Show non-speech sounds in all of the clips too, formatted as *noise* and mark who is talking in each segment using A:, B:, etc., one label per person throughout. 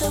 A: a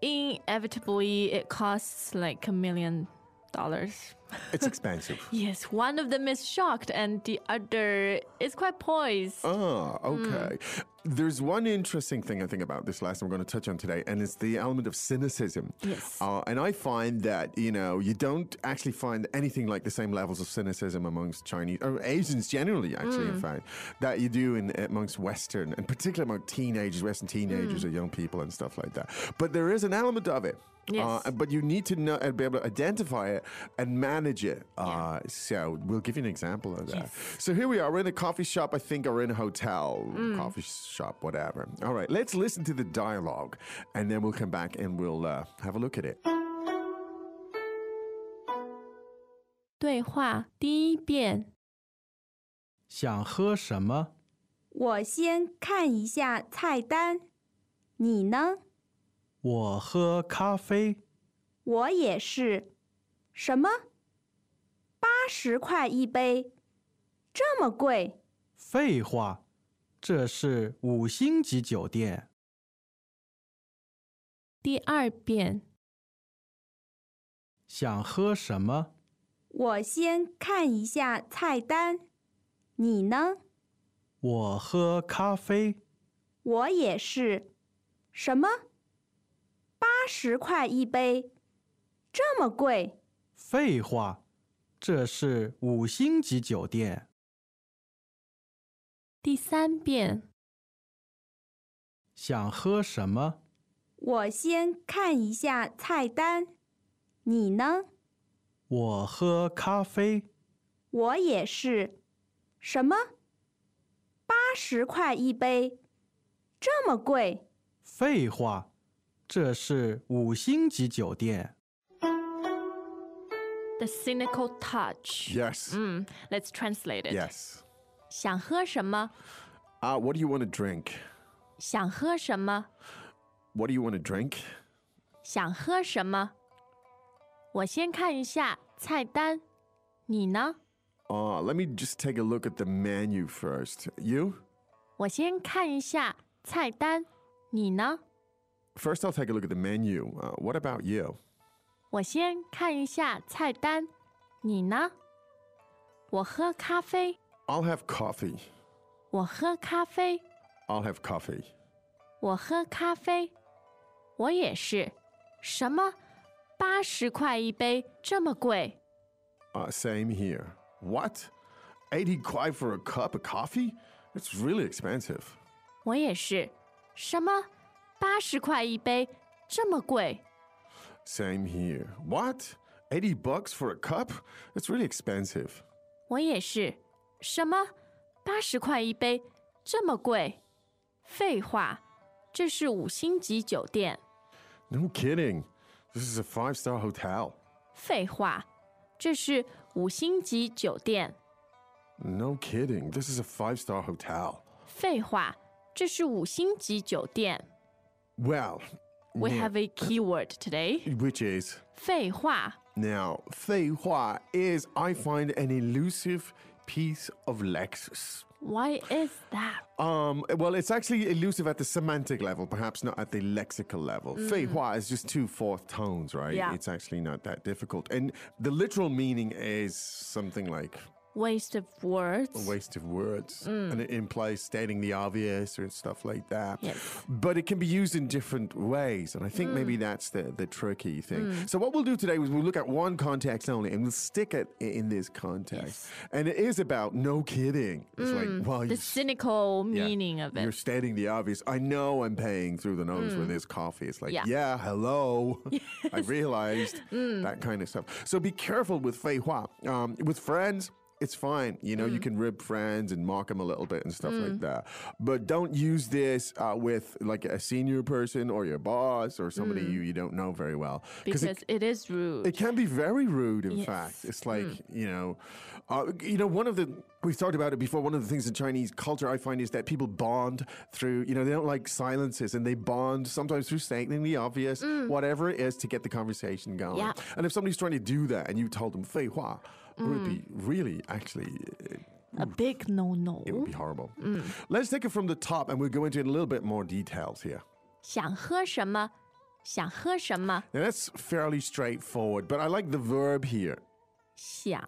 B: inevitably it costs like a million dollars.
C: It's expensive.
B: Yes, one of them is shocked and the other is quite poised.
C: Ah, okay.
B: Mm.
C: There's one interesting thing I think about this lesson we're going to touch on today, and it's the element of cynicism.
B: Yes.
C: Uh, and I find that, you know, you don't actually find anything like the same levels of cynicism amongst Chinese, or Asians generally, actually,
B: Mm.
C: in fact, that you do in, amongst Western, and particularly among teenagers, Western
B: Mm.
C: teenagers or young people and stuff like that. But there is an element of it.
B: Yes.
C: Uh, but you need to know and be able to identify it and manage it. Uh, so we'll give you an example of that. So here we are. We're in a coffee shop, I think, or in a hotel, coffee shop, whatever. All right, let's listen to the dialogue, and then we'll come back and we'll uh, have a look at it.
B: 对话第一遍，
D: 想喝什么？
E: 我先看一下菜单，你呢？
D: 我喝咖啡。
E: 我也是。什么？八十块一杯，这么贵？
D: 废话，这是五星级酒店。
B: 第二遍，
D: 想喝什么？
E: 我先看一下菜单，你呢？
D: 我喝咖啡。
E: 我也是。什么？八十块一杯，这么贵？
D: 废话，这是五星级酒店。
B: 第三遍，
D: 想喝什么？
E: 我先看一下菜单，你呢？
D: 我喝咖啡。
E: 我也是。什么？八十块一杯，这么贵？
D: 废话，这是五星级酒店。
B: The cynical touch.
C: Yes.
B: Mm, let's translate it.
C: Yes.
B: 想喝什么？
C: Uh, what do you want to drink?
B: 想喝什么？
C: What do you want to drink?
B: 想喝什么？我先看一下菜单，你呢？
C: Uh, let me just take a look at the menu first. You?
B: 我先看一下菜单，你呢？
C: First, I'll take a look at the menu. Uh, what about you?
B: 我先看一下菜单，你呢？我喝咖啡，
C: I'll have coffee.
B: 我喝咖啡，
C: I'll have coffee.
B: 我喝咖啡，我也是。什么？八十块一杯，这么贵？
C: Uh, same here. What? 80 kwai for a cup of coffee? It's really expensive.
B: 我也是。什么？八十块一杯，这么贵？
C: Same here. What? 80 bucks for a cup? It's really expensive.
B: 我也是。什么？八十块一杯，这么贵？废话，这是五星级酒店。
C: No kidding. This is a five star hotel.
B: 废话，这是五星级酒店。
C: No kidding. This is a five star hotel.
B: 废话，这是五星级酒店。
C: Well,
B: We
C: yeah,
B: have a
C: *laughs*
B: keyword today.
C: which is
B: 废话。
C: now, Fei Hua is, I find, an elusive piece of Lexus.
B: Why is that?
C: Um, well, it's actually elusive at the semantic level, perhaps not at the lexical level. Fei Hua is just two fourth tones, right?
B: Mm. Yeah.
C: It's actually not that difficult. And the literal meaning is something like
B: Waste of words.
C: a waste of words.
B: Mm.
C: And it implies stating the obvious or stuff like that.
B: Yes.
C: But it can be used in different ways. And I think
B: Mm.
C: maybe that's the, the tricky thing. So, what we'll do today is we'll look at one context only and we'll stick it i- in this context. And it is about no kidding. It's like, well,
B: The
C: you
B: cynical
C: yeah.
B: meaning of it. Mm.
C: You're stating the obvious. I know I'm paying through the nose with this coffee. It's like, yeah,
B: Yeah. Mm.
C: hello.
B: *laughs*
C: I realized that kind of stuff. So be careful with fei hua. Um, with friends, it's fine. You know, you
B: Mm.
C: can rib friends and mock them a little bit and stuff like that. But don't use this uh, with like a senior person or your boss or somebody
B: Mm.
C: you, you don't know very well.
B: because it is rude.
C: It can be very rude, in
B: Yes. Hmm.
C: fact. It's like, you know, uh, you know, one of the, we've talked about it before, one of the things in Chinese culture I find is that people bond through, you know, they don't like silences and they bond sometimes through stating the obvious, whatever it is to get the conversation going.
B: Mm. Yeah.
C: And if somebody's trying to do that and you told them, fei hua, it would
B: Mm.
C: be really, actually, it,
B: a big no no。
C: it would be horrible.
B: Mm.
C: Let's take it from the top and we'll go into it in a little bit more details here.
B: 想喝什么？想喝什么？
C: Now, that's fairly straightforward, but I like the verb here.
B: 想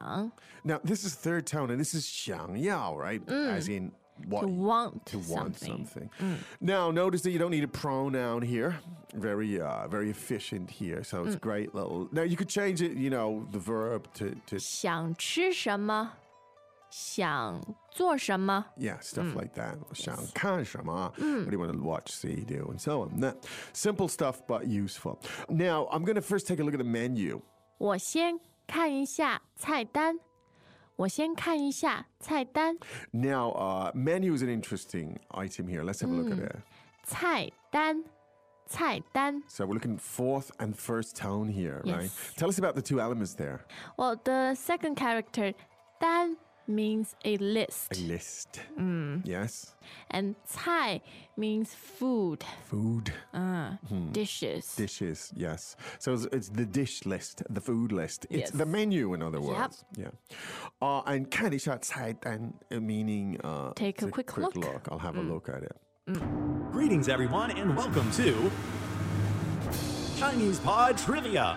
C: Now, this is third tone, and this is 想要, right? As in what?
B: Mm. to want
C: to want
B: something. Mm.
C: something. Now, notice that you don't need a pronoun here. Very, uh, very efficient here. So
B: Mm.
C: it's great little. Now you could change it. You know, the verb to, to
B: 想吃什么？想做什么？
C: yeah, stuff
B: Mm.
C: like that. 想看什么? What do you want to watch, see, do, and so on. That simple stuff, but useful. Now, I'm going to first take a look at the menu.
B: 我先看一下菜单。我先看一下菜单。
C: Now, uh, menu is an interesting item here. Let's have a look
B: Mm.
C: at it.
B: 菜单，菜单。
C: So we're looking fourth and first tone here, right?
B: Yes.
C: Tell us about the two elements there.
B: Well, the second character, 单 means a
C: A
B: list,
C: list.
B: Mm.
C: Yes.
B: and 菜 means food,
C: Food,
B: Uh. dishes.
C: dishes. Yes. So it's, it's the dish list, the food list. It's
B: Yes.
C: the menu, in other words. Yeah. Uh, and candy shot side and uh, meaning. Uh,
B: Take a quick look. Mm.
C: I'll have a look at it.
F: Greetings, everyone, and welcome to Chinese Pod Trivia.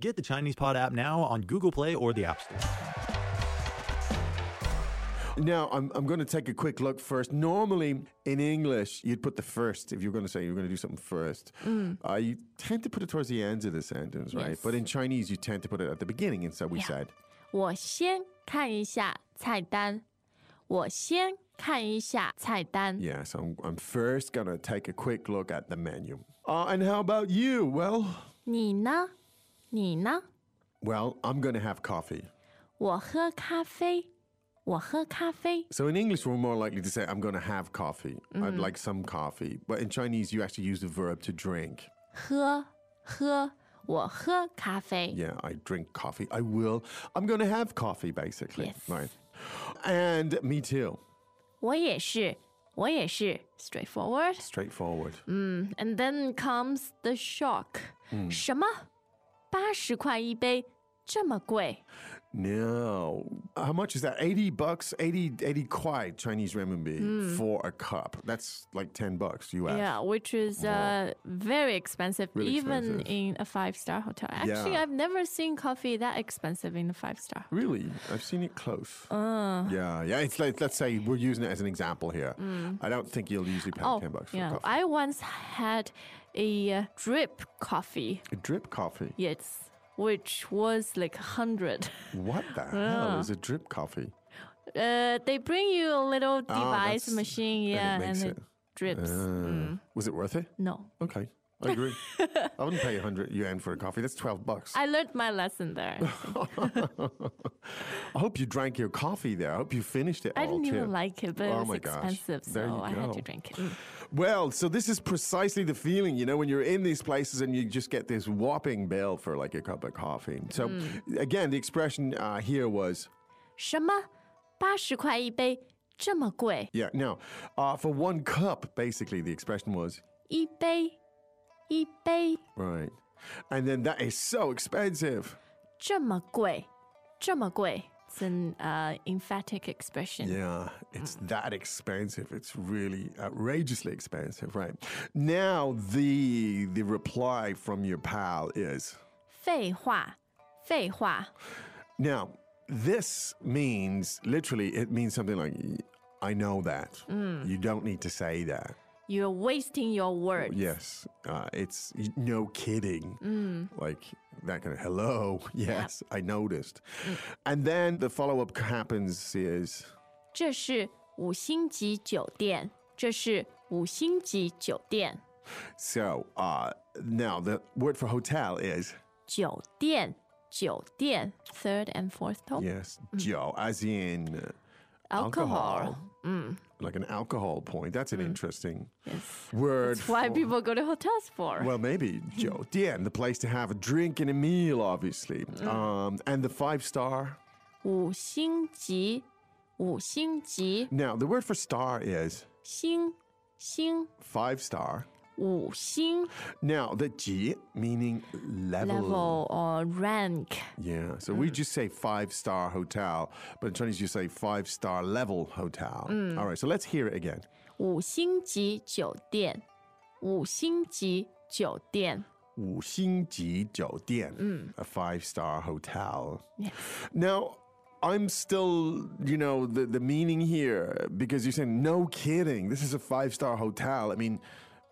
F: Get the Chinese Pod app now on Google Play or the App Store.
C: Now, I'm, I'm going to take a quick look first. Normally, in English, you'd put the first, if you're going to say you're going to do something first. Uh, you tend to put it towards the end of the sentence, right?
B: Yes.
C: But in Chinese, you tend to put it at the beginning, and so we said.
B: 我先看一下菜单。我先看一下菜单。
C: Yeah, so I'm, I'm first going to take a quick look at the menu. Uh, and how about you? Well,
B: 你呢？你呢？
C: well, I'm going to have coffee.
B: 我喝咖啡。我喝咖啡。
C: So in English, we're more likely to say, I'm going to have coffee. I'd like some coffee. But in Chinese, you actually use the verb to drink.
B: 喝喝。我喝咖啡。
C: Yeah, I drink coffee. I will. I'm going to have coffee, basically. Right. And me too.
B: 我也是。我也是。Straightforward.
C: Straightforward.
B: Mm. And then comes the shock. 什么？八十块一杯，这么贵？
C: No. How much is that? 80 bucks, 80, 80 kwai Chinese renminbi for a cup. That's like 10 bucks US.
B: Mm. Yeah, which is uh, very expensive,
C: Uh-huh. Really
B: even
C: expensive.
B: in a five star hotel. Actually,
C: Yeah.
B: I've never seen coffee that expensive in a five star.
C: Really? I've seen it close.
B: Uh.
C: Yeah, yeah. It's like, let's say we're using it as an example here. I don't think you'll usually pay 10 bucks for
B: Mm. Oh, yeah.
C: coffee.
B: I once had a uh, drip coffee,
C: A drip coffee.
B: yes, which was like 100.
C: What the hell is a drip coffee?
B: *laughs* Uh, they bring you a little device
C: Ah, that's-
B: machine,
C: and it
B: yeah,
C: makes
B: and
C: it.
B: it drips. Mm.
C: Uh, Was it worth it?
B: No.
C: Okay, I
B: *laughs*
C: agree. I wouldn't pay 100 yuan for a coffee. That's 12 bucks. I,
B: I learned my
C: *laughs*
B: lesson there.
C: hope you drank your coffee there. I hope you finished it
B: I
C: all
B: didn't
C: too.
B: even like it, but
C: Oh
B: it was
C: my gosh.
B: expensive,
C: There you
B: so I had
C: go.
B: to drink it. Mm.
C: Well, so this is precisely the feeling, you know, when you're in these places and you just get this whopping bill for like a cup of coffee. So
B: Hmm.
C: again, the expression uh, here was
B: 什么？八十块一杯，这么贵？
C: yeah. Now, uh, for one cup, basically the expression was
B: 一杯，一杯，
C: right, and then that is so expensive.
B: 这么贵，这么贵。It's an uh, emphatic expression.
C: Yeah, it's that expensive. It's really outrageously expensive, right? Now the the reply from your pal is
B: 废话，废话。
C: now this means literally, it means something like, I know that. You don't need to say that.
B: You're wasting your words.
C: Yes, uh, it's y- no kidding. Like that kind of hello. *laughs* Yes, I noticed. And then the follow up happens is
B: 这是五星级酒店，这是五星级酒店，
C: so uh, now the word for hotel is
B: 酒店，酒店。Third and fourth tone.
C: yes, Joe, as in uh,
B: Mm. Alcohol. Mm.
C: like an alcohol point. That's an interesting word.
B: Why
C: for-
B: people go to hotels for?
C: Well, maybe
B: *laughs*
C: Joe Dien, the place to have a drink and a meal, obviously.
B: Mm.
C: Um, and the five star.
B: 五星级，五星级，
C: Now the word for star is
B: 星星
C: five star.
B: 五星
C: Now the G meaning level.
B: level Mm. or rank.
C: Yeah. So we just say five star hotel, but in Chinese you say five star level hotel.
B: Mm.
C: All right. So let's hear it again.
B: 五星级酒店，五星级酒店。
C: 五星级酒店, a five star hotel. Now, I'm still, you know, the, the meaning here because you're saying, no kidding, this is a five star hotel. I mean,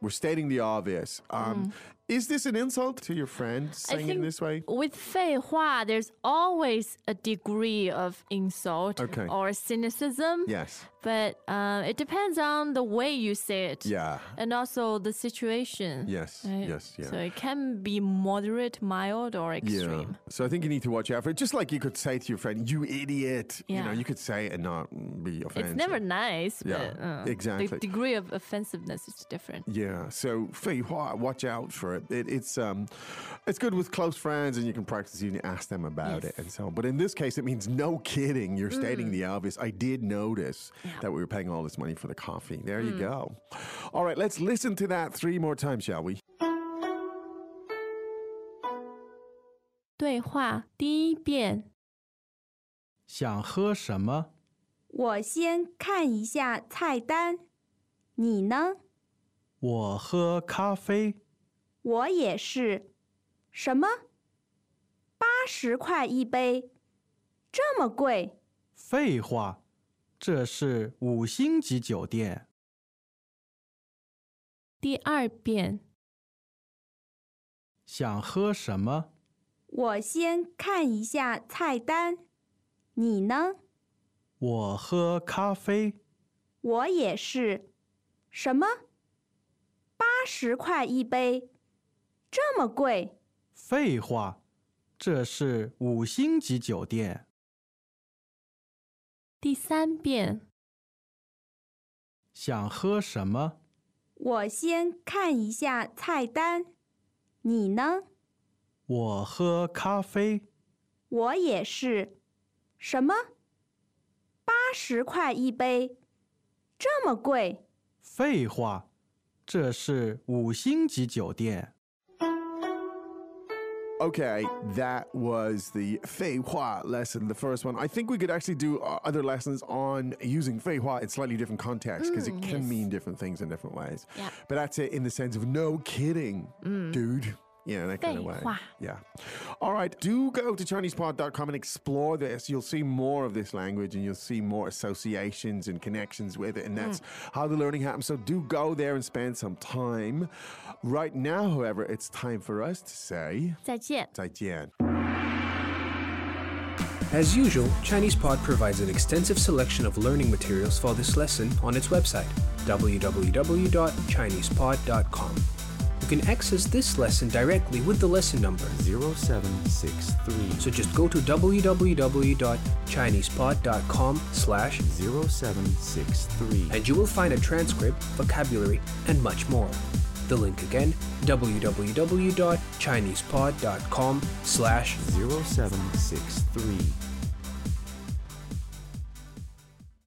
C: we're stating the obvious.
B: Mm-hmm.
C: Um, Is this an insult to your friend saying it this way?
B: With 废话, there's always a degree of insult
C: Okay.
B: or cynicism.
C: Yes.
B: But uh, it depends on the way you say it.
C: Yeah.
B: And also the situation.
C: Yes, yes, yeah.
B: So it can be moderate, mild, or extreme.
C: Yeah. So I think you need to watch out for it. Just like you could say to your friend, you idiot. You know,
B: Yeah.
C: you could say it and not be offensive.
B: It's never nice,
C: Yeah,
B: but uh,
C: exactly. Mm.
B: the degree of offensiveness is different.
C: Yeah, so Fei Hua, watch out for it. it. It's um, it's good with close friends, and you can practice. You can ask them about it and so on. But in this case, it means no kidding. You're stating the obvious. I did notice that we were paying all this money for the coffee. There you go. All right, let's listen to that three more times, shall we?
B: 对话第一遍，
D: 想喝什么？
E: 我先看一下菜单，你呢？
D: 我喝咖啡。
E: 我也是。什么？八十块一杯，这么贵？
D: 废话，这是五星级酒店。
B: 第二遍，
D: 想喝什么？
E: 我先看一下菜单，你呢？
D: 我喝咖啡。
E: 我也是。什么？八十块一杯，这么贵？
D: 废话，这是五星级酒店。
B: 第三遍，
D: 想喝什么？
E: 我先看一下菜单，你呢？
D: 我喝咖啡。
E: 我也是。什么？八十块一杯，这么贵？
D: 废话，这是五星级酒店。
C: Okay, that was the Fei Hua lesson, the first one. I think we could actually do uh, other lessons on using Fei Hua in slightly different contexts because it can mean different things in different ways.
B: Yeah.
C: But that's it in the sense of no kidding, dude. Yeah, that kind of way.
B: 废话。
C: Yeah. All right. Do go to ChinesePod.com and explore this. You'll see more of this language and you'll see more associations and connections with it. And that's how the learning happens. So do go there and spend some time. Right now, however, it's time for us to say
B: 再见。
C: 再见.
G: As usual, ChinesePod provides an extensive selection of learning materials for this lesson on its website, www.chinesepod.com. You can access this lesson directly with the lesson number,
H: 0763
G: so just go to www.chinesepod.com slash
H: 0763
G: and you will find a transcript, vocabulary, and much more. The link again, www.chinesepod.com slash
H: 0763